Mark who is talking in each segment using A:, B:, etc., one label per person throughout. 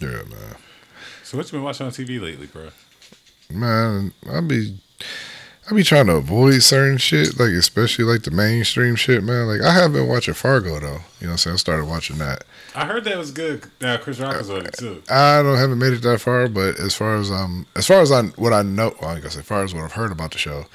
A: Yeah, man.
B: So what you been watching on TV lately, bro?
A: Man, I be I be trying to avoid certain shit, like especially like the mainstream shit, man. Like I have been watching Fargo though. You know what I'm saying? I started watching that.
B: I heard that was good. Uh, Chris Rock was on it too.
A: I don't haven't made it that far, but as far as um as far as I what I know well, I guess as far as what I've heard about the show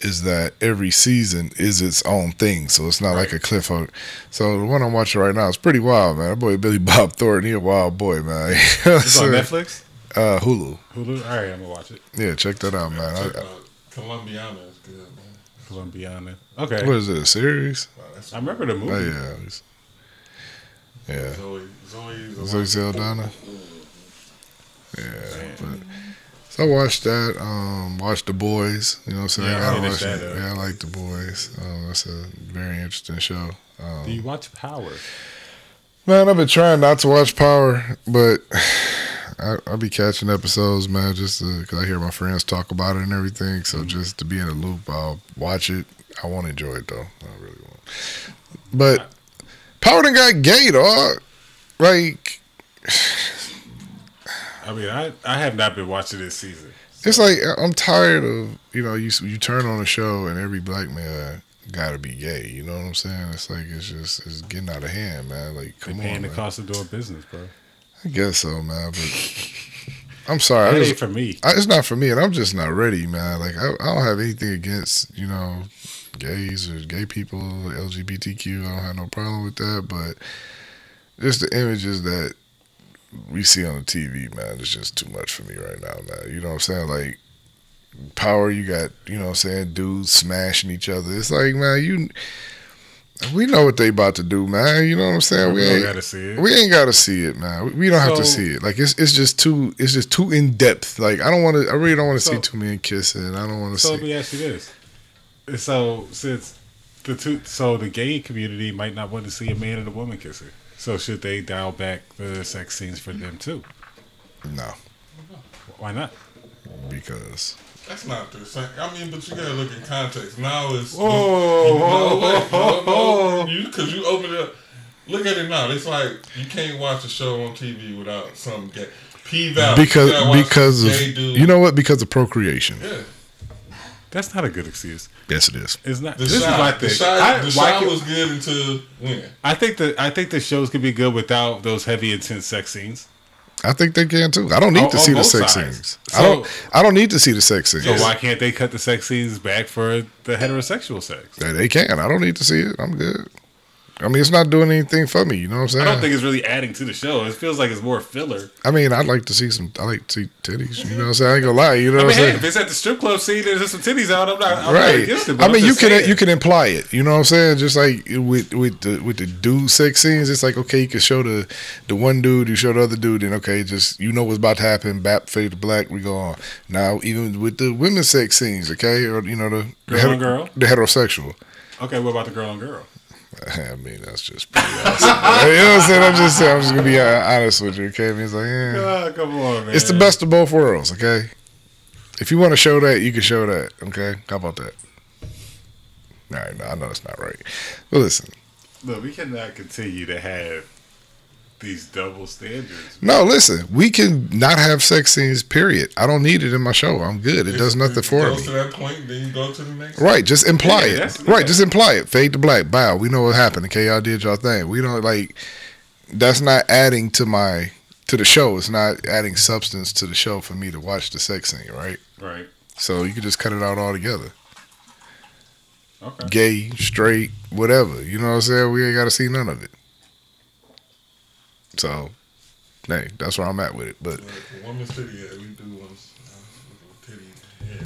A: is that every season is its own thing. So it's not like a cliffhanger. So the one I'm watching right now is pretty wild, man. That boy Billy Bob Thornton, he a wild boy, man.
B: It's on
A: So,
B: Netflix,
A: Uh Hulu.
B: Hulu. All right, I'm gonna watch it.
A: Yeah, check that out, man.
C: Check
A: I,
C: out Colombiana is good, man.
B: Colombiana.
A: I-
B: Okay,
A: what is it, a series?
C: Wow, that's
B: I remember the movie.
A: Oh yeah. it's- Yeah.
C: Zoe. Zoe.
A: Zoe Saldana. Yeah. But, so I watched that. Um, watched The Boys. You know what I'm saying?
B: Yeah, I
A: gotta
B: finished
A: watch
B: that
A: it.
B: up.
A: yeah, I like The Boys. Um, that's a very interesting show.
B: Do you watch Power?
A: Man, I've been trying not to watch Power, but I, I be catching episodes, man, just because I hear my friends talk about it and everything. So
B: Mm-hmm.
A: just to be in a loop, I'll watch it. I won't enjoy it though. I really won't. But Power done got gay, dog. Like
B: I mean, I I have not been watching this season.
A: it's like I- I'm tired of you know you you turn on a show and every black man got to be gay. You know what I'm saying? It's like it's just it's getting out of hand, man. Like
B: They
A: come
B: paying
A: on,
B: the
A: man.
B: cost of doing business, bro.
A: I guess so, man. But I'm sorry.
B: That
A: I just,
B: ain't for me.
A: I, it's not for me, and I'm just not ready, man. Like I, I don't have anything against you know gays or gay people, LGBTQ. I don't have no problem with that, but just the images that we see on the TV, man, it's just too much for me right now, man. You know what I'm saying? Like power, you got you know what I'm saying, dudes smashing each other. It's like, man, you. We know what they about to do, man. You know what I'm saying?
B: We
A: We
B: don't
A: ain't,
B: gotta see it.
A: We ain't gotta see it, man. We- We don't have to
B: So-
A: see it it. Like it's it's just too it's just too in depth. Like I don't want to. I really don't want to see
B: So-
A: two men kissing. I don't want to
B: So let
A: see.
B: me ask you this: so since the two, so the gay community might not want to see a man and a woman kissing, so should they dial back the sex scenes for them too?
A: No,
B: Why not?
A: because
C: That's not the same. I mean, but you gotta look in context. Now it's.
B: Oh,
C: Because you open it up. Look at it now. It's like you can't watch a show on TV without some gay. P Valley.
A: because
C: You gotta watch
A: because
C: some
A: of
C: gay dude.
A: you know what? Because of procreation.
C: Yeah.
B: that's not a good excuse.
A: Yes, it is.
B: It's not.
C: The
B: this
C: shot,
B: is my thing.
C: The shot,
B: I,
C: the
B: why
C: shot
B: can-
C: was good until when?
B: I think that I think the shows could be good without those heavy intense sex scenes.
A: I think they can too. I don't need
B: On-
A: to
B: on
A: see the
B: both
A: sex
B: sides.
A: scenes.
B: So-
A: I don't. I don't need to see the sex scenes.
B: So why can't they cut the sex scenes back for the heterosexual sex?
A: They- They can. I don't need to see it. I'm good. I mean, it's not doing anything for me. You know what I'm
B: I
A: saying?
B: don't think it's really adding to the show. It feels like it's more filler.
A: I mean, I'd like to see some. I like to see titties. You know what I'm saying? I ain't gonna lie. You know
B: I
A: what I'm
B: mean, hey,
A: saying?
B: if it's at the strip club scene, and there's some titties out. I'm not. I'm Not
A: right.
B: against it, but
A: I
B: I'm
A: mean, you
B: just
A: can uh,
B: saying.
A: you can imply it. You know what I'm saying? Just like with with the with the dude sex scenes, it's like okay, you can show the the one dude, you show the other dude, and okay, just you know what's about to happen. Bap fade to black, we go on. Now even with the women's sex scenes, okay, or you know the the,
B: Girl on girl?
A: the heterosexual.
B: Okay, what about the girl on girl?
A: I mean, that's just pretty awesome. you know what I'm saying? I'm just saying, I'm just gonna be uh, honest with you, okay? I mean, it's like yeah.
B: Ah, come on, man.
A: it's the best of both worlds, okay? If you want to show that, you can show that, okay? How about that? All right, no, I know it's not right. But listen,
B: Look, we cannot continue to have these double standards.
A: no, listen, we can not have sex scenes, period. I don't need it in my show. I'm good. It does nothing for
C: goes
A: me.
C: to that point, then you go to the next.
A: Right, just imply
B: Yeah,
A: it.
B: that's-
A: Right,
B: yeah.
A: just imply it. Fade to black. Bow. We know what happened. Okay, y'all did y'all thing. We don't like. That's not adding to my to the show. It's not adding substance to the show for me to watch the sex scene. Right.
B: Right.
A: So you can just cut it out altogether.
B: Okay.
A: Gay, straight, whatever. You know what I'm saying? We ain't got to see none of it. So, hey, that's where I'm at with it. But
C: Like, a woman's titty, yeah, we do one. uh, titty,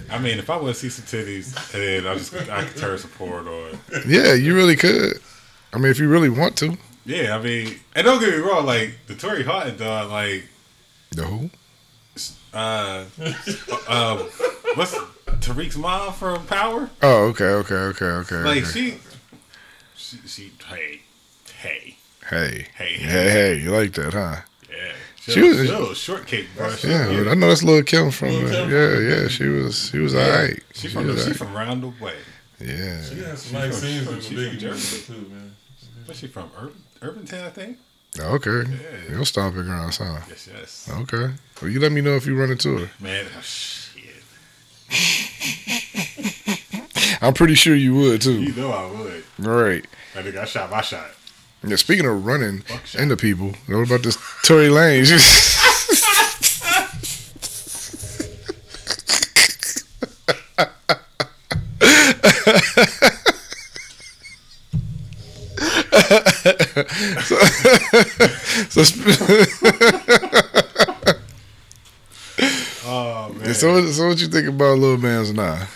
C: yeah.
B: I mean, if I want to see some titties, and then I just I could turn some porn on.
A: yeah, you really could. I mean, if you really want to.
B: Yeah, I mean, and don't get me wrong, like the Tory Houghton dog, like
A: The who?
B: uh, um, what's Tariq's mom from Power?
A: Oh, okay, okay, okay, okay.
B: Like
A: okay.
B: she, she, she, hey, hey,
A: Hey.
B: Hey.
A: Hey, hey, you like that, huh?
B: yeah.
A: She
B: She was,
A: was-
B: she was shortcake, bro. She,
A: Yeah,
B: yeah.
A: but I know that's Lil Kim from
C: Lil'
A: uh,
C: Kim.
A: Yeah, yeah, she was she was alright.
B: she from
A: was
B: she
A: alright.
B: from round the way.
A: Yeah.
C: She had some nice
B: from- she
C: scenes in
B: from
C: the big
B: Jersey.
C: too, man.
B: Where's she from? Urban, Urbantown, I think.
A: Okay. Yeah. Your stomping grounds, huh?
B: Yes, yes.
A: Okay. Well, you let me know if you run into her.
B: Man, oh, shit.
A: I'm pretty sure you would too.
B: You know I would.
A: All right.
B: I think I shot my shot.
A: Yeah, speaking of running
B: Fuck shot.
A: into people, what about this Tory Lane? so, so sp-
B: Oh, man.
A: so, what, so what you think about Lil Man's now?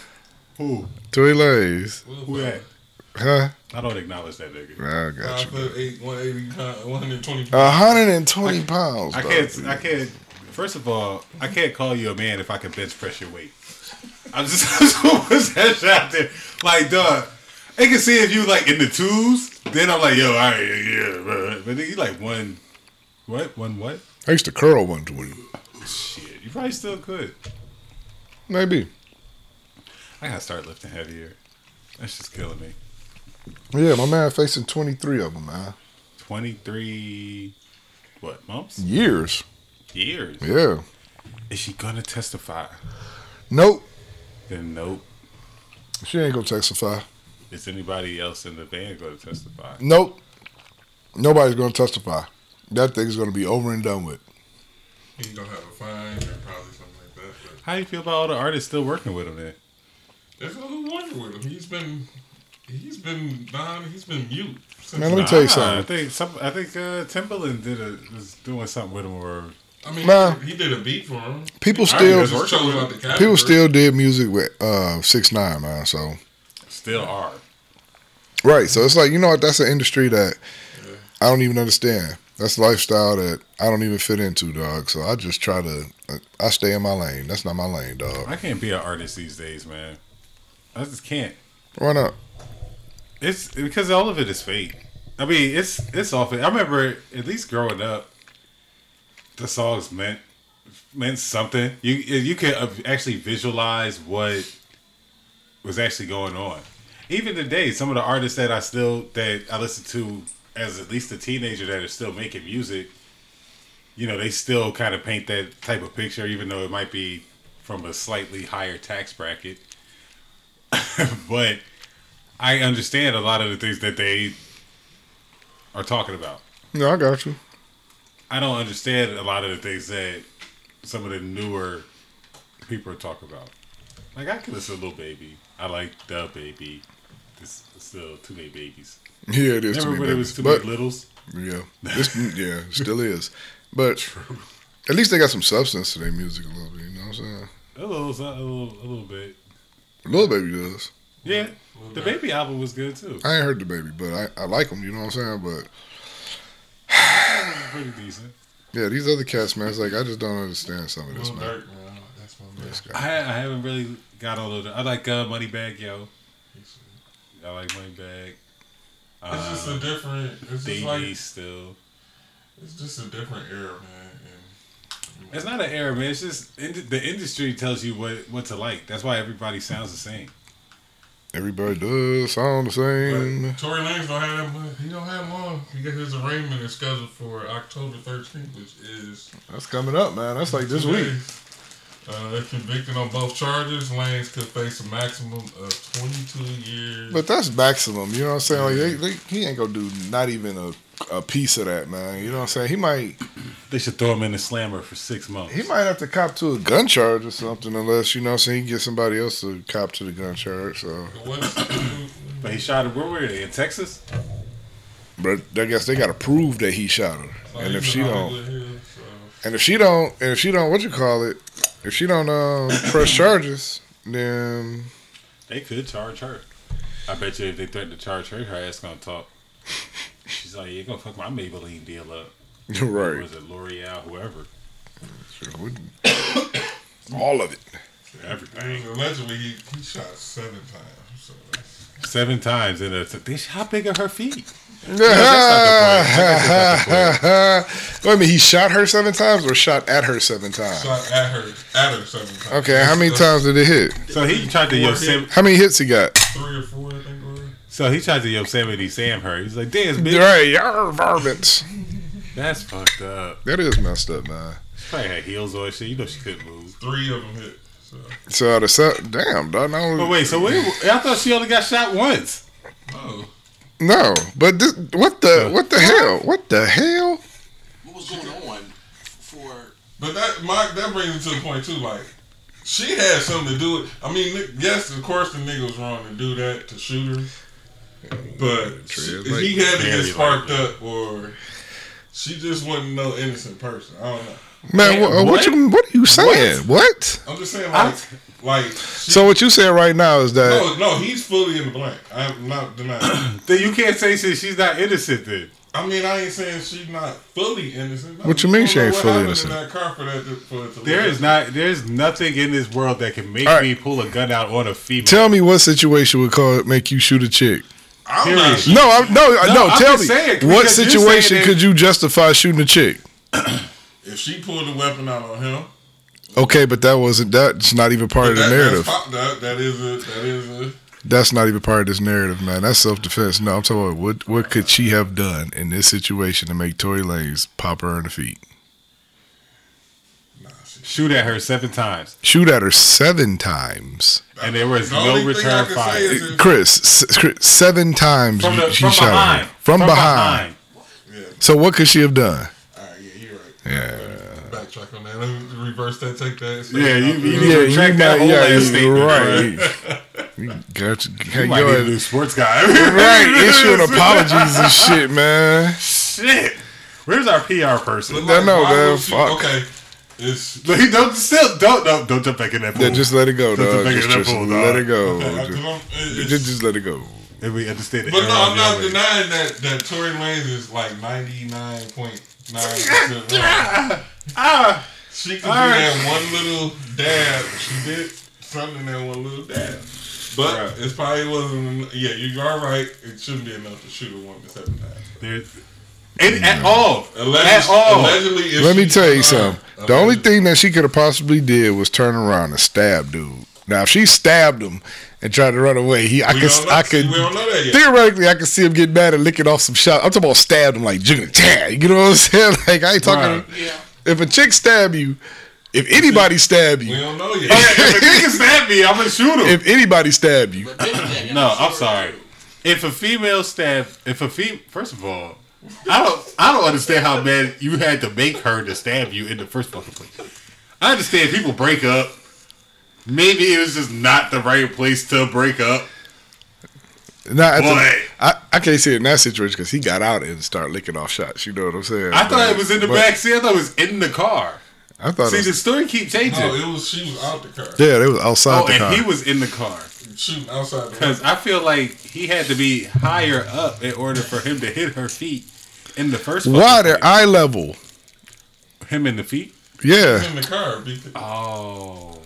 B: Who?
A: Tory Lanez,
B: Who that?
A: huh?
B: I don't acknowledge that nigga.
A: Nah, I got
C: Five
A: you.
C: foot eight, uh, 180, 120
A: A hundred and twenty pounds.
B: I
A: dog.
B: can't. I can't. First of all, I can't call you a man if I can bench press your weight. I just was that shit out there. Like, dog, I can see if you like in the twos. Then I'm like, yo, all right, yeah, bro. But then you like one, what, one what?
A: I used to curl one twenty.
B: Shit, you probably still could.
A: Maybe.
B: I gotta start lifting heavier. That's just killing me.
A: Yeah, my man facing twenty three of them, man.
B: Twenty three, what months?
A: Years.
B: Years.
A: Yeah.
B: Is she gonna testify?
A: Nope.
B: Then nope.
A: She ain't gonna testify.
B: Is anybody else in the van gonna testify?
A: Nope. Nobody's gonna testify. That thing's gonna be over and done with.
C: He's gonna have a fine or probably something like that. But
B: How do you feel about all the artists still working with him then?
C: there's no wonder with him. He's been, he's been non, he's been mute. Since
A: Man, let me tell you
B: Nah, Ah, I
A: something.
B: think some, I think uh, Timbaland did a, was doing something with him or
C: I mean,
A: Nah.
C: he, did a beat for him.
A: People
B: I think
A: still
B: it's working
C: Chose
B: with
C: out
B: him.
C: the category.
A: people still did music with uh six nine, man. So
B: still are.
A: Right. So it's like, you know what, that's an industry that I don't even understand. That's a lifestyle that I don't even fit into, dog. So I just try to uh, I stay in my lane. That's not my lane, dog.
B: I can't be an artist these days, man. I just can't.
A: Why not?
B: It's because all of it is fake. I mean, it's it's all fake. I remember at least growing up, the songs meant meant something. You you could actually visualize what was actually going on. Even today, some of the artists that I still that I listen to as at least a teenager that are still making music, you know, they still kind of paint that type of picture, even though it might be from a slightly higher tax bracket. but I understand a lot of the things that they are talking about.
A: No, I got you.
B: I don't understand a lot of the things that some of the newer people are talking about. Like I can listen to Lil Baby. I like the baby. There's still too many babies.
A: Yeah, it is.
B: Remember
A: to me,
B: when it was too
A: baby.
B: many
A: but,
B: littles?
A: Yeah, It's- yeah, it still is. But at least they got some substance to their music a little bit. You know what I'm saying?
B: A little, so- a little, a little bit.
A: Lil Baby does.
B: Yeah, the baby album was good too.
A: I ain't heard the baby, but I, I like him. You know what I'm saying? But
B: Pretty decent.
A: yeah, these other cats, man, it's like I just don't understand some of this,
C: Lil
A: man.
C: Durk, man. That's my man.
A: This guy.
B: I, I haven't really got all of the. I like uh, Moneybag Yo.
C: It's
B: I like Moneybag.
C: just
B: Uh,
C: a different. It's just
B: Dee Dee
C: like
B: still.
C: it's just a different era, man. And,
B: It's not an error, man. It's just ind- the industry tells you what, what to like. That's why everybody sounds the same.
A: Everybody does sound the same.
C: But Tory Lanez don't have that. much- He don't have long. He got his arraignment is scheduled for October 13th, which is
A: That's coming up, man. That's like this week.
C: Uh, if convicted on both charges, Lanez could face a maximum of 22 years.
A: But that's maximum. You know what I'm saying? Like they, they, he ain't gonna do not even a, a piece of that, man. You know what I'm saying? He might
B: They should throw him in the slammer for six months.
A: He might have to cop to a gun charge or something, unless you know, what I'm saying he can get somebody else to cop to the gun charge. So,
C: What's-
B: But he shot her. Where were they? In Texas?
A: but I guess they got to prove that he shot her.
C: like,
A: and if
C: he's
A: she
C: in
A: don't,
C: Hollywood Hills, so.
A: and if she don't, and if she don't, what you call it? If she don't um, press charges, then
B: They could charge her. I bet you if they threaten to charge her, her ass gonna talk. She's like, you're gonna fuck my Maybelline deal up.
A: you're
B: Or
A: right.
B: was it L'Oreal? Whoever.
A: All of it.
B: Everything.
C: Allegedly, he, he shot seven times. So that's-
B: Seven times in a. They- How big are her feet? that's not the point. That's
A: Wait a minute. He shot her seven times, or shot at her seven times.
C: shot at her, at her seven times.
A: Okay, how many
C: That's
A: times did it hit?
B: So he tried to Yosemite.
A: How many hits he got?
C: Three or four, I think. Or
B: So he tried to Yosemite Sam her. He's like, dance, bitch.
A: Right, yar, varmints.
B: That's fucked up.
A: That is messed up, man.
B: She probably had heels on and shit. You know she couldn't move.
C: Three of them hit. So
A: So the su- damn dog. No,
B: But wait, so what? I thought she only got shot once.
C: oh,
A: no. But this, what the what the hell? What the hell?
D: What was going on for?
C: but that my, that brings me to the point too. Like she had something to do with. I mean, ni- yes, of course the nigga was wrong to do that to shoot her, but she,
A: Trey,
C: he had to
B: very
C: get sparked up or. She just wasn't no innocent person. I don't know.
A: Man,
B: Man,
A: wha- what?
B: what?
A: you what are you saying? What?
C: I'm just saying,
B: I-
C: like, like she,
A: So uh, what you saying right now is that
C: no, no, he's fully in the blank. I'm not denying.
B: Then you can't say shit. She's not innocent. Then
C: I mean, I ain't saying she's not fully innocent.
A: What you mean
C: I
A: she ain't
C: don't know what
A: fully
C: happened
A: innocent?
C: In that car for that, for it to
B: there
C: look
B: is
C: like-
B: not. There's nothing in this world that can make
A: All right.
B: me pull a gun out on a female.
A: Tell me what situation would call make you shoot a chick?
C: I'm
B: Period.
C: not
A: No, I, no, uh,
B: No,
A: no,
B: I'm
A: Tell
B: just
A: me
B: saying,
A: what
B: because you're
A: situation
B: saying
A: could you justify shooting a chick?
C: If she pulled the weapon out on him,
A: Okay, but that wasn't that's not even part of the
C: that-
A: narrative.
C: That's, pop- that, that is a that is a
A: That's not even part of this narrative, man. That's self defense. No, I'm talking about what what could she have done in this situation to make Tory Lanez pop her in the feet?
C: nah, she,
B: Shoot at her seven times,
A: Shoot at her seven times,
B: and there was
C: The
B: no
C: only thing I
B: return
C: can
B: fire
C: say is if-
A: Chris. s- Chris seven times
B: from, the,
A: she
B: from,
A: shot
B: behind.
A: her from, behind.
C: yeah,
A: So what could she have done?
C: all right, yeah, you're right.
A: Yeah.
C: Backtrack on that. Let me reverse that. Take that.
B: Yeah, you- you-
A: Yeah, you
B: Retract that
A: might-
B: whole
A: yeah,
B: last
A: you're
B: statement,
A: right. You got to get
B: You might need a
A: your
B: new sports guy.
A: right issuing apologies and shit, man.
B: Shit. Where's our PR person?
A: I know,
C: why
A: man,
C: would she-
A: fuck.
C: Okay, it's
B: Like, don't still don't don't don't jump back in that pool.
A: Yeah, just let it go,
B: Just
A: dog.
B: a bigger
A: Just, just
B: nipple,
A: let
B: dog.
A: it go.
C: I- 'cause
A: Just,
C: I'm- it's-
A: just, just let it go.
B: and we understand it.
C: But no, I'm not denying that that Tory Lanez is like ninety nine point nine percent wrong.
B: Ah.
C: She could do
B: Alright.
C: that one little dab. She did something in that one little dab. But
B: Right.
C: it probably wasn't. en- Yeah, you are right. It shouldn't be enough to shoot a woman seven times.
B: There's, it, at all.
C: Allegedly,
B: at all.
C: allegedly if
A: Let me
C: she-
A: tell you
C: uh,
A: something. The
C: allegedly.
A: only thing that she could have possibly did was turn around and stab dude. Now, if she stabbed him and tried to run away, he I
C: We
A: could
C: don't know-
A: I
C: see,
A: could
C: we don't know that yet.
A: theoretically I could see him get mad and licking off some shots. I'm talking about stabbed him like jigga tag. You know what I'm saying? Like I ain't talking.
D: Yeah.
A: If a chick stab you, if anybody stab
C: we
A: you,
C: don't know
B: Oh, Yeah,
C: yet.
B: if a nigga stab me, I'm gonna shoot him.
A: if anybody stab you,
D: But then again,
B: no, I'm sorry. If a female stab, if a fem, first of all, I don't, I don't understand how man you had to make her to stab you in the first fucking place. I understand people break up. Maybe it was just not the right place to break up.
A: not at
B: Boy.
A: the, I I can't see it in that situation because he got out and started licking off shots. You know what I'm saying?
B: I thought it
A: But-
B: was in the
A: but
B: back seat. I thought it was in the car.
A: I thought
B: See,
A: it was,
B: the story keep changing.
C: No, it was she was out the car,
A: yeah, they was outside
B: oh,
A: the
B: and
A: car.
B: he was in the car
C: shooting outside the.
B: because I feel like he had to be higher up in order for him to hit her feet in the first. fucking
A: Why their
B: place.
A: eye level?
B: him in the feet?
A: Yeah,
C: in the car because
B: Oh,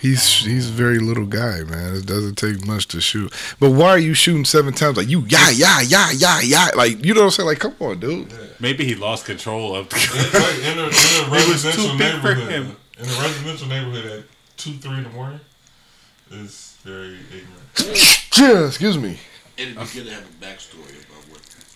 A: he's he's a very little guy, man. It doesn't take much to shoot. But why are you shooting seven times? Like you, yeah, yeah, yeah, yeah, yeah. Like you know what I'm saying? Like come on, dude.
B: maybe he lost control of. The-
C: It's like in a, in a
B: was
C: residential
B: too big for
C: neighborhood.
B: him.
C: In a residential neighborhood at two, three in the morning is very ignorant.
A: Yeah, excuse me.
D: It'd be good to have a backstory about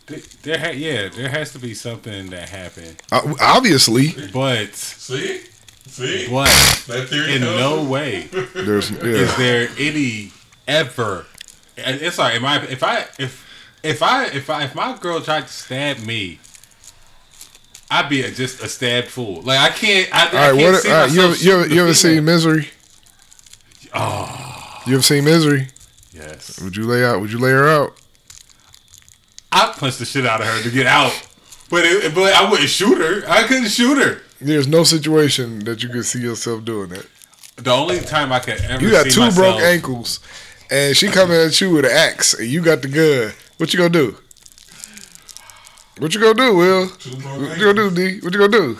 D: what.
B: there, ha- yeah, there has to be something that happened,
A: Uh, obviously,
B: but
C: See, see
B: but
C: that theory.
B: in
C: tells
B: no
C: us-
B: way
A: there's
B: is
A: yeah.
B: there any ever. and It's like, am I if I if if I if I if my girl tried to stab me. I'd be a, just a stabbed fool. Like I can't. I, I
A: All right,
B: can't
A: what?
B: see
A: All right, you ever
B: myself
A: you ever,
B: shooting Ah.
A: you ever seen Misery? Oh. You
B: a female.
A: ever seen Misery?
B: Yes.
A: Would you lay out? Would you lay her out?
B: I punched the shit out of her to get out. But it, but I wouldn't shoot her. I couldn't shoot her.
A: There's no situation that you could see yourself doing that.
B: The only time I could ever
A: You got
B: see
A: two
B: myself,
A: broke ankles, and she coming at you with an axe, and you got the gun. What you gonna do? What you gonna do, Will?
C: Two broke
A: What you gonna do, D? What you gonna do?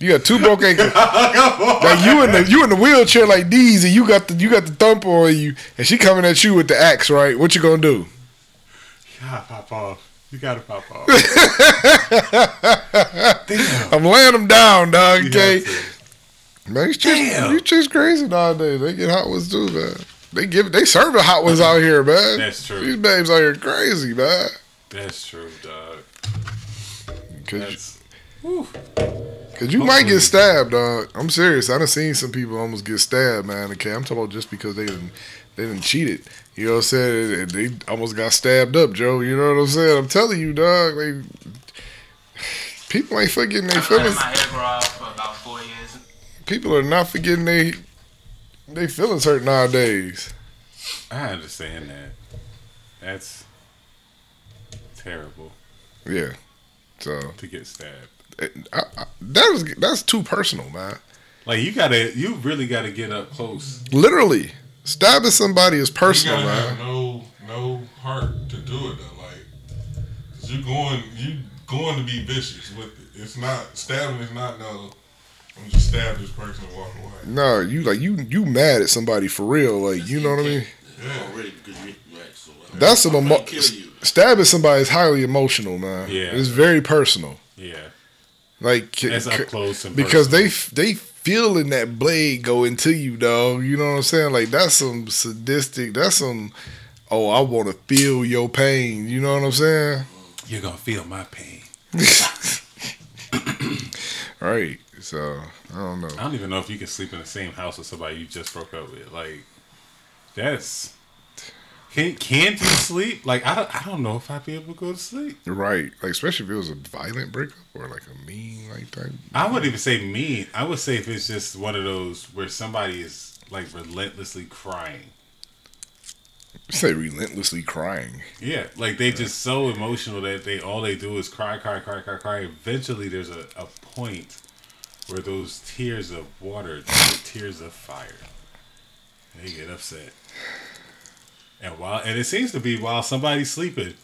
A: You got two broke ankles. like you in the you in the wheelchair like these, and you got the you got the thump on you, and she coming at you with the axe, right? What you gonna do?
B: God, pop off. You gotta pop off.
A: I'm laying them down, dog. Okay,
B: have to.
A: man, these chicks,
B: Damn.
A: these chicks crazy nowadays. They get hot ones too, man. They give they serve the hot ones out here, man.
B: That's true.
A: These babes out here crazy, man.
B: That's true, dog.
A: Cause,
B: That's,
A: cause you might
B: Hopefully.
A: get stabbed, dog. I'm serious. I done seen some people almost get stabbed, man. Okay, I'm talking about just because they didn't they didn't cheated. You know what I'm saying? And They almost got stabbed up, Joe. You know what I'm saying? I'm telling you, dog. They people ain't forgetting their
E: I've been letting
A: feelings.
E: my hair grow out for about four years.
A: People are not forgetting they they feelings hurt nowadays.
B: I understand that. That's terrible
A: Yeah. So
B: to get stabbed.
A: I, I, that was that's too personal, man.
B: Like you gotta, you really gotta get up close.
A: Literally, stabbing somebody is
C: You
A: personal,
C: gotta have
A: man.
C: no no heart to do it though. Like, 'cause you going you going to be vicious with it. It's not stabbing. Is not no. I'm just stab this person and walk away.
A: No, you like you you mad at somebody for real, like you know what I mean.
C: Yeah.
D: Already because you right. So uh,
A: That's some
D: I'm
A: emo-
D: gonna kill you.
A: stabbing somebody is highly emotional, man.
B: Yeah.
A: it's very personal.
B: Yeah,
A: Like
B: that's
A: c-
B: up close and
A: because
B: personal.
A: they f- they feeling that blade go into you, dog. You know what I'm saying? Like that's some sadistic. That's some. Oh, I want to feel your pain. You know what I'm saying?
B: you're gonna feel my pain.
A: Right. So I don't know.
B: I don't even know if you can sleep in the same house with somebody you just broke up with. Like, that's can can't you sleep? Like, I don't, I don't know if I'd be able to go to sleep.
A: Right. Like especially if it was a violent breakup or like a mean like type.
B: I wouldn't even say mean. I would say if it's just one of those where somebody is like relentlessly crying.
A: You say relentlessly crying.
B: Yeah, like they just so emotional that they all they do is cry, cry, cry, cry, cry. Eventually, there's a, a point where those tears of water, turn to tears of fire, they get upset. And while and it seems to be while somebody's sleeping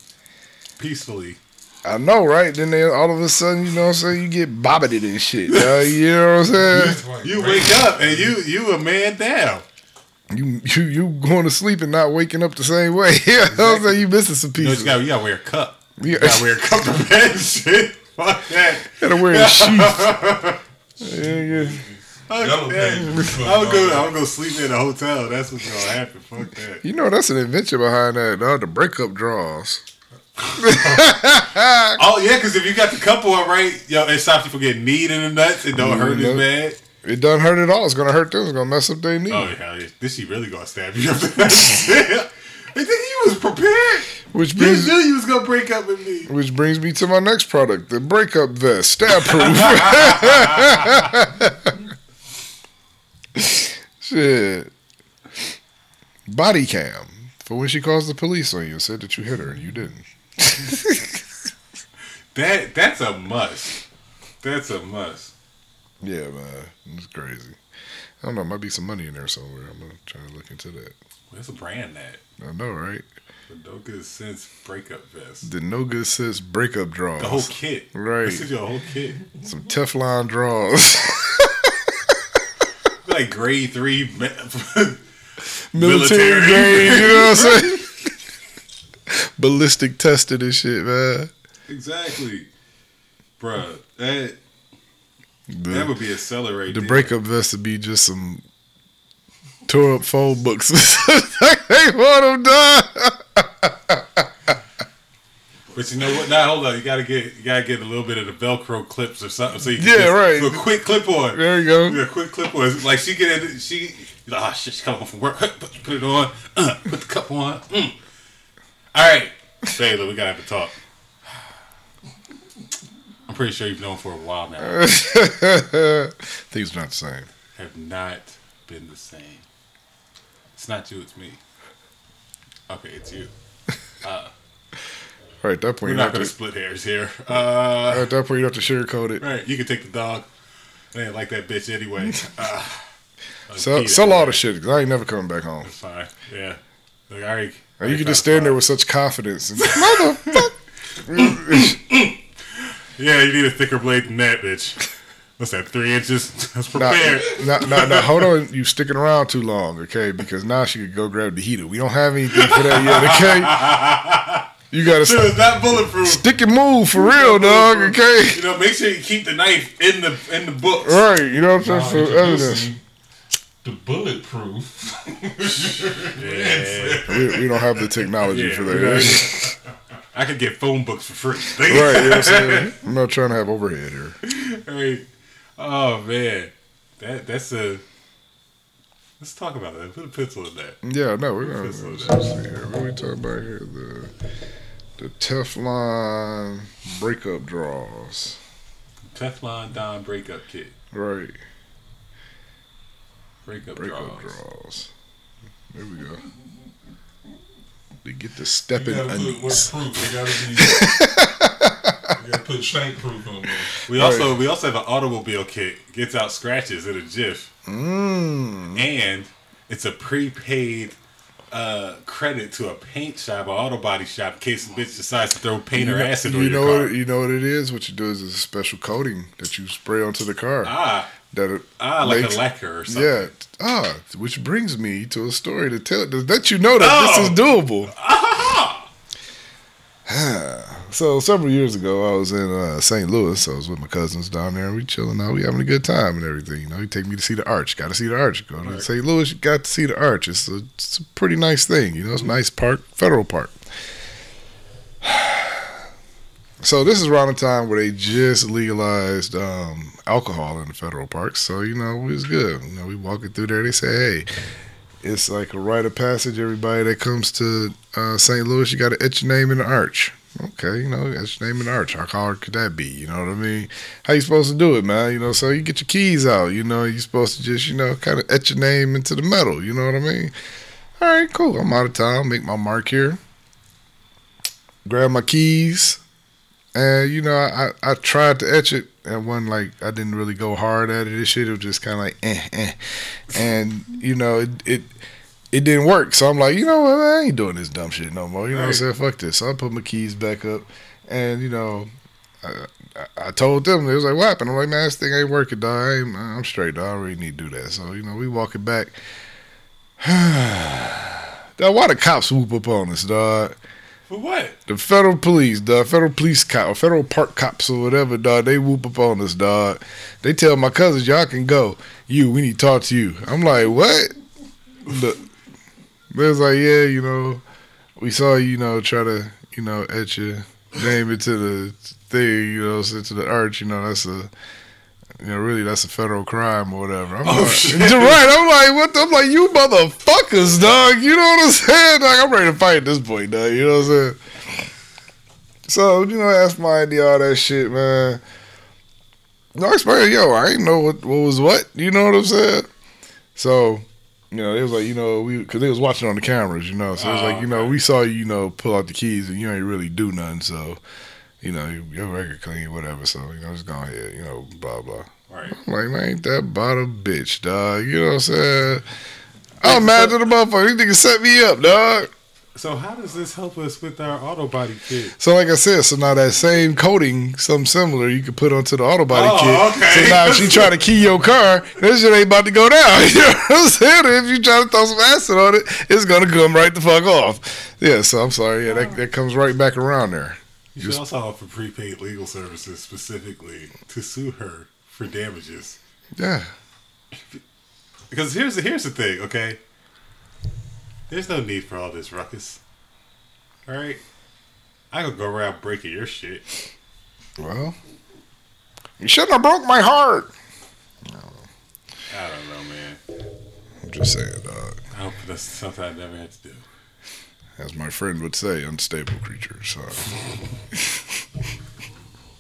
B: peacefully,
A: I know, right? Then they all of a sudden, you know what I'm saying, you get bobbited and shit. dawg. you know what I'm saying?
C: It's like
B: you
C: rape.
B: wake up and you you a man down.
A: You you you going to sleep and not waking up the same way. You know what I'm saying? You missing some
B: You, know,
A: pieces.
B: you gotta you gotta wear a cup.
A: Yeah.
B: You gotta wear a cup to bed. and Shit, fuck that.
A: Gotta wear a sheath. Yeah, yeah.
B: Fuck
C: Yellow
B: that.
C: pages.
B: I'm gonna I'm gonna sleep in a hotel. That's what's gonna happen. Fuck that.
A: You know that's an invention behind that, dog. The breakup draws.
B: Oh yeah, because if you got the couple up right, yo, it stops you from getting kneed in the nuts. It don't hurt as
A: Mhm.
B: bad.
A: It doesn't hurt at all. It's gonna hurt them. It's gonna mess up their knee.
B: Oh yeah, this she really gonna stab you after that shit. I think you was prepared.
A: Which
B: You
A: brings
B: knew you was gonna break up with me.
A: which brings me to my next product, the breakup vest, stab proof. Shit. Body cam for when she calls the police on you and said that you hit her and you didn't.
B: That that's a must. That's a must.
A: Yeah, man, it's crazy. I don't know. Might be some money in there somewhere. I'm gonna try to look into that.
B: Let's brand that.
A: I know, right?
B: Padoka Sense breakup vest.
A: The no good sense breakup draws.
B: The whole kit.
A: Right.
B: This is your whole kit.
A: Some Teflon draws.
B: Like grade three. me-
A: military grade. You know what I'm saying? Ballistic tested and shit, man.
B: exactly, Bruh, That that
A: The,
B: would be a seller right
A: the
B: there.
A: breakup vest would be just some tore up phone books. they want them done.
B: But you know what? Now hold on. You gotta get you gotta get a little bit of the Velcro clips or something. So you can
A: Yeah,
B: just
A: right.
B: Do a quick clip on.
A: There you go.
B: Do a quick clip on. Like she get it. She you're like, oh shit. She come home from work. Put, put it on. Uh, put the cup on. Mm. All right, Taylor. We gotta have a talk. I'm pretty sure you've known for a while now.
A: Uh. Things not the same.
B: Have not been the same. It's not you. It's me. Okay, it's you.
A: All right, at that point,
B: We're
A: you
B: not
A: don't
B: gonna
A: have
B: split hairs here. Uh.
A: to, at that point, you don't have to sugarcoat it.
B: Right, you can take the dog. They ain't like that bitch anyway. Uh,
A: Sell, sell all the shit. 'cause I ain't never coming back home.
B: Fine, yeah. Like, all right.
A: And you can just stand there with such confidence. And, Motherfucker.
B: Yeah, you need a thicker blade than that, bitch. What's that? Three inches. That's prepared.
A: Now, now, now, hold on. You sticking around too long, okay? Because now she could go grab the heater. We don't have anything for that yet, okay? You gotta
B: Dude,
A: st-
B: it's not bulletproof.
A: stick and move for real, dog, okay?
B: You know, make sure you keep the knife in the in the books.
A: Right, you know what I'm
C: Now,
A: saying? For evidence.
C: introducing The bulletproof.
B: Yeah.
A: We, we don't have the technology
B: Yeah,
A: for
B: we don't
A: that.
B: I could get phone books for free.
A: Right, you know what I'm saying? I'm not trying to have overhead here.
B: I mean, oh man, that that's a. Let's talk about that. Put a pencil in that.
A: Yeah, no, we're gonna
B: Let's
A: let's
B: see
A: see here. What we talking about here? The the Teflon breakup draws.
B: Teflon Don breakup kit.
A: Right.
B: Breakup,
A: Breakup
B: draws.
A: draws. There we go. They get the
C: You
A: stepping
C: gotta put
A: onions.
C: what proof? You gotta be. you gotta put shank proof on there.
B: We also we also have an automobile kit. Gets out scratches in a jiff,
A: Mmm.
B: and it's a prepaid. Uh, credit to a paint shop or auto body shop in case the bitch decides to throw paint or acid
A: You
B: on
A: know
B: your
A: what?
B: car.
A: You know what it is. What you do is it's a special coating that you spray onto the car.
B: Ah,
A: that it
B: ah, like
A: makes-
B: a lacquer or something.
A: Yeah. Ah, which brings me to a story to tell to let you know that this
B: Oh.
A: is doable.
B: Ah.
A: so several years ago, I was in uh, St. Louis. I was with my cousins down there, and we chilling out. We having a good time and everything. You know, he take me to see the arch. Got to see the arch. Go to St. Louis. You got to see the arch. It's a, it's a pretty nice thing. You know, it's a nice park, federal park. So this is around the time where they just legalized um, alcohol in the federal parks. So you know, we was good. You know, we walking through there. They say, hey, it's like a rite of passage. Everybody that comes to uh, St. Louis, you got to etch your name in the arch. Okay, you know, etch your name in the arch. How hard could that be? You know what I mean? How you supposed to do it, man? You know, so you get your keys out. You know, you supposed to just you know kind of etch your name into the metal. You know what I mean? All right, cool. I'm out of town. Make my mark here. Grab my keys. And you know, I, I I tried to etch it and one like I didn't really go hard at it and shit. It was just kinda like eh, eh. And, you know, it it it didn't work. So I'm like, you know what, I ain't doing this dumb shit no more. You know what I'm saying? Fuck this. So I put my keys back up and, you know, I, I, I told them, they was like, what happened? I'm like, man, this thing ain't working, dog. I ain't, I'm straight, dog. I don't really need to do that. So, you know, we walking back. dog, why the cops swoop up on us, dog?
B: For what?
A: The federal police, the federal police cop, or federal park cops, or whatever, dog, they whoop up on us, dog. They tell my cousins, y'all can go. You, we need to talk to you. I'm like, what? Look, they was like, yeah, you know, we saw you, you know, try to, you know, etch your name into the thing, you know, so into the arch, you know, that's a, you know, really, that's a federal crime or whatever. I'm like,
B: shit.
A: right. I'm like, what? The, I'm like, you motherfuckers, dog. You know what I'm saying? Like, I'm ready to fight at this point, dog. You know what I'm saying? So, you know, ask my ID, all that shit, man. No, I explained, yo, I ain't know what, what was what. You know what I'm saying? So, you know, it was like, you know, we, because they was watching on the cameras, you know. So it was
B: Oh,
A: like, you know, we saw you, you know, pull out the keys and you ain't really do nothing. So, you know, your record clean, whatever. So, you know, just go ahead, you know, blah, blah.
B: All right.
A: I'm like, man, ain't that bottom bitch, dog. You know what I'm saying? I'm mad at the motherfucker. These niggas set me up, dog.
B: So how does this help us with our auto body kit?
A: So like I said, so now that same coating, something similar, you could put onto the auto body
B: Oh,
A: kit.
B: okay.
A: So now if she try to key your car, this shit ain't about to go down. You know what I'm saying? If you try to throw some acid on it, it's gonna come right the fuck off. Yeah, so I'm sorry. Yeah, that, that comes right back around there.
B: You should also offer prepaid legal services specifically to sue her for damages.
A: Yeah.
B: Because here's the here's the thing, okay? There's no need for all this ruckus. Alright? I could go around breaking your shit.
A: Well, you shouldn't have broke my heart.
B: I don't know, man.
A: I'm just saying, dog.
B: I hope that's something I never had to do.
A: As my friend would say, unstable creature. So,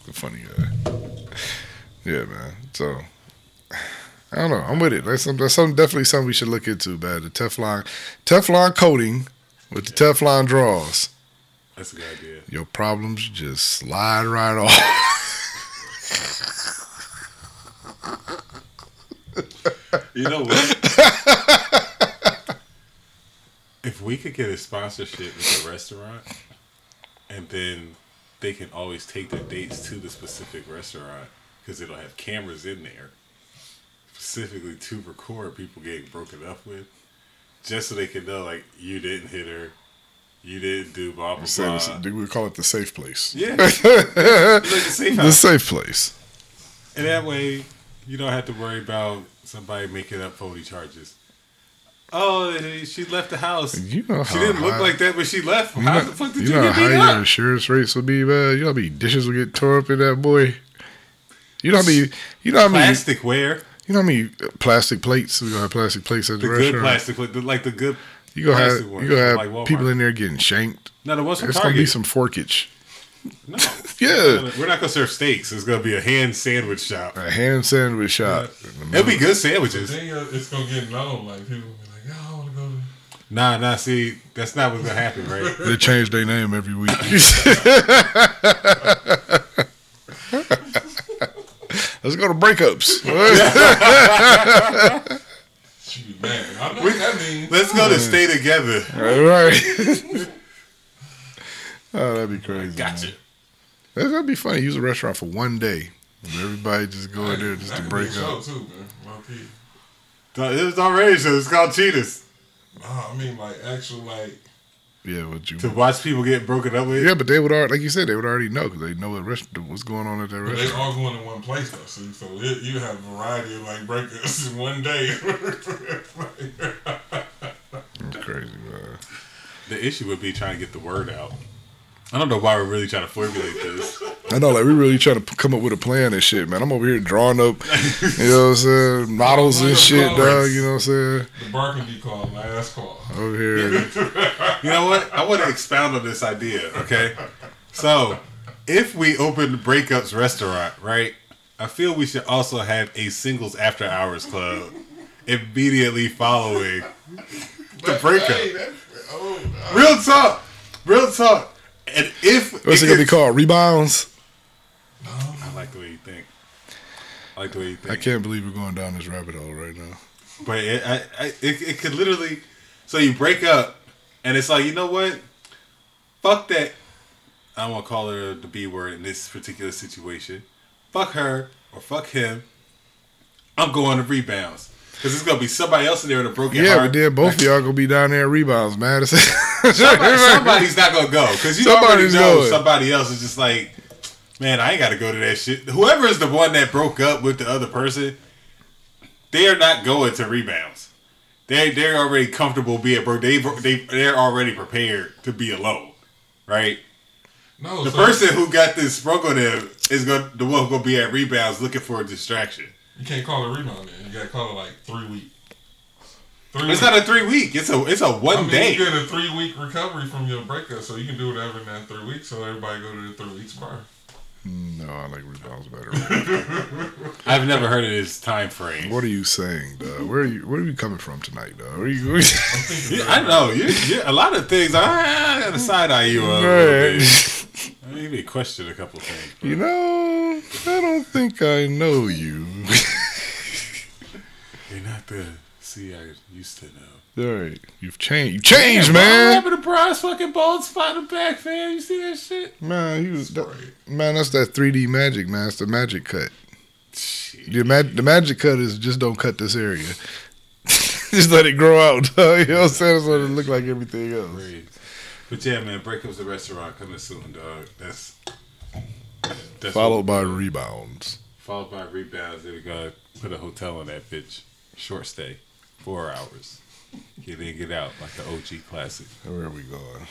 A: the funny guy. Yeah, man. So, I don't know. I'm with it. That's something, that's something definitely something we should look into, man. The Teflon, Teflon coating with the Teflon draws.
B: That's a good idea.
A: Your problems just slide right off.
B: You know what? if we could get a sponsorship with a restaurant, and then they can always take their dates to the specific restaurant because it'll have cameras in there specifically to record people getting broken up with, just so they can know like you didn't hit her, you didn't do blah blah
A: Say this-
B: blah.
A: we call it the safe place.
B: Yeah, It's like the safe
A: The
B: house.
A: safe place.
B: And that way, you don't have to worry about somebody making up phony charges. oh, she left the house.
A: You know
B: She
A: how
B: didn't look
A: high-
B: like that when she left. How
A: You know,
B: the fuck did
A: you
B: you,
A: know
B: get
A: how
B: beat
A: your
B: up?
A: insurance rates will be bad. You know how many dishes will get tore up in that boy. You know how many. You know how many.
B: Plastic ware,
A: You know how many plastic plates. We gonna have plastic plates at the,
B: the good
A: restaurant.
B: plastic, like the, like the good.
A: you gonna have
B: plastic ones
A: you gonna have
B: from, like, Walmart.
A: people in there getting shanked.
B: No, there was some
A: It's gonna be
B: Target.
A: some forkage.
B: No,
A: Yeah,
B: we're not gonna serve steaks. It's gonna be a hand sandwich shop.
A: a hand sandwich shop.
B: It'll be good
C: But
B: sandwiches.
C: then uh, it's gonna get known. Like people will be like, "Yeah, I wanna go." to-"
B: Nah, nah. See, that's not what's gonna happen, right?
A: They change their name every week. Let's go to breakups.
C: She be mad. I know what that means.
B: Let's go to stay together.
A: All right. oh, that'd be crazy.
B: Gotcha.
A: That- That'd be funny. Use a restaurant for one day. Everybody just go in there just
C: That
A: to
C: could be
A: break
C: a show
A: up.
C: too, man. Low key.
B: No, It was already so it's called cheaters
C: Nah, I mean like actual like
A: Yeah, what you?
B: to watch people get broken up with.
A: Yeah, but they would already, like you said, they would already know because they know what rest- what's going on at that
C: But they
A: restaurant.
C: all going in one place though, see? so it, you have variety of like breakups in one day.
A: It's crazy, man.
B: The issue would be trying to get the word out. I don't know why we're really trying to formulate this.
A: I know, like we really trying to p- come up with a plan and shit, man. I'm over here drawing up, you know what I'm saying, models and shit, dog. You know what I'm saying?
C: the Burgundy call, last call.
A: Over here,
B: You know what? I want to expound on this idea, okay? So, if we open the Breakups Restaurant, right, I feel we should also have a Singles After Hours Club immediately following the
C: Hey,
B: breakup.
C: that, oh, I-
B: Real talk. Real talk. And if.
A: what's it gonna be called? Rebounds.
B: I like the way you think. I like the way you think.
A: I can't believe we're going down this rabbit hole right now.
B: But it, I, I, it, it could literally. So you break up, and it's like, you know what? Fuck that. I won't call her the B word in this particular situation. Fuck her or fuck him. I'm going to rebounds. Because there's going to be somebody else in there with a broken
A: Yeah,
B: heart.
A: but then both of y'all gonna be down there at rebounds, man. It's-
B: Somebody- somebody's not going to go. Because you
A: Somebody's
B: already know
A: going.
B: somebody else is just like, man, I ain't got to go to that shit. Whoever is the one that broke up with the other person, they are not going to rebounds. They they're already comfortable being broke. They they they're already prepared to be alone, right?
C: no,
B: The
C: so
B: person who got this broke on them is going to the one who gonna be at rebounds looking for a distraction.
C: you can't call it rebound then. You gotta call it like three week. Three
B: It's not a three week. It's a it's a one
C: I mean,
B: day.
C: you get a three week recovery from your breakup, so you can do whatever in that three weeks. So everybody go to the three weeks bar.
A: no, I like rebounds better.
B: I've never heard of this time frame.
A: What are you saying, dog? Where are you? Where are you coming from tonight, dog? Where are you? Where
B: Yeah, I know. You, you, a lot of things. I, I got to side eye you. a little bit.
A: Right.
B: I maybe question a couple things.
A: You know, I don't think I know you.
B: You're not the see I used to know.
A: All right, you've changed. You changed, man.
B: happened to Brian's fucking bald spot in the back, fam? You see that shit?
A: Man, he was that, man. That's that 3D magic, man. It's the magic cut. The, mag- the magic cut is just don't cut this area. just let it grow out. dog. You know what I'm saying? That's what it look like everything else.
B: But yeah, man, breakup's the restaurant coming soon, dog. That's that's
A: Followed by rebounds.
B: followed by rebounds. Then we gotta put a hotel on that bitch. Short stay, four hours. Get in, get out like the OG classic.
A: Where are we going?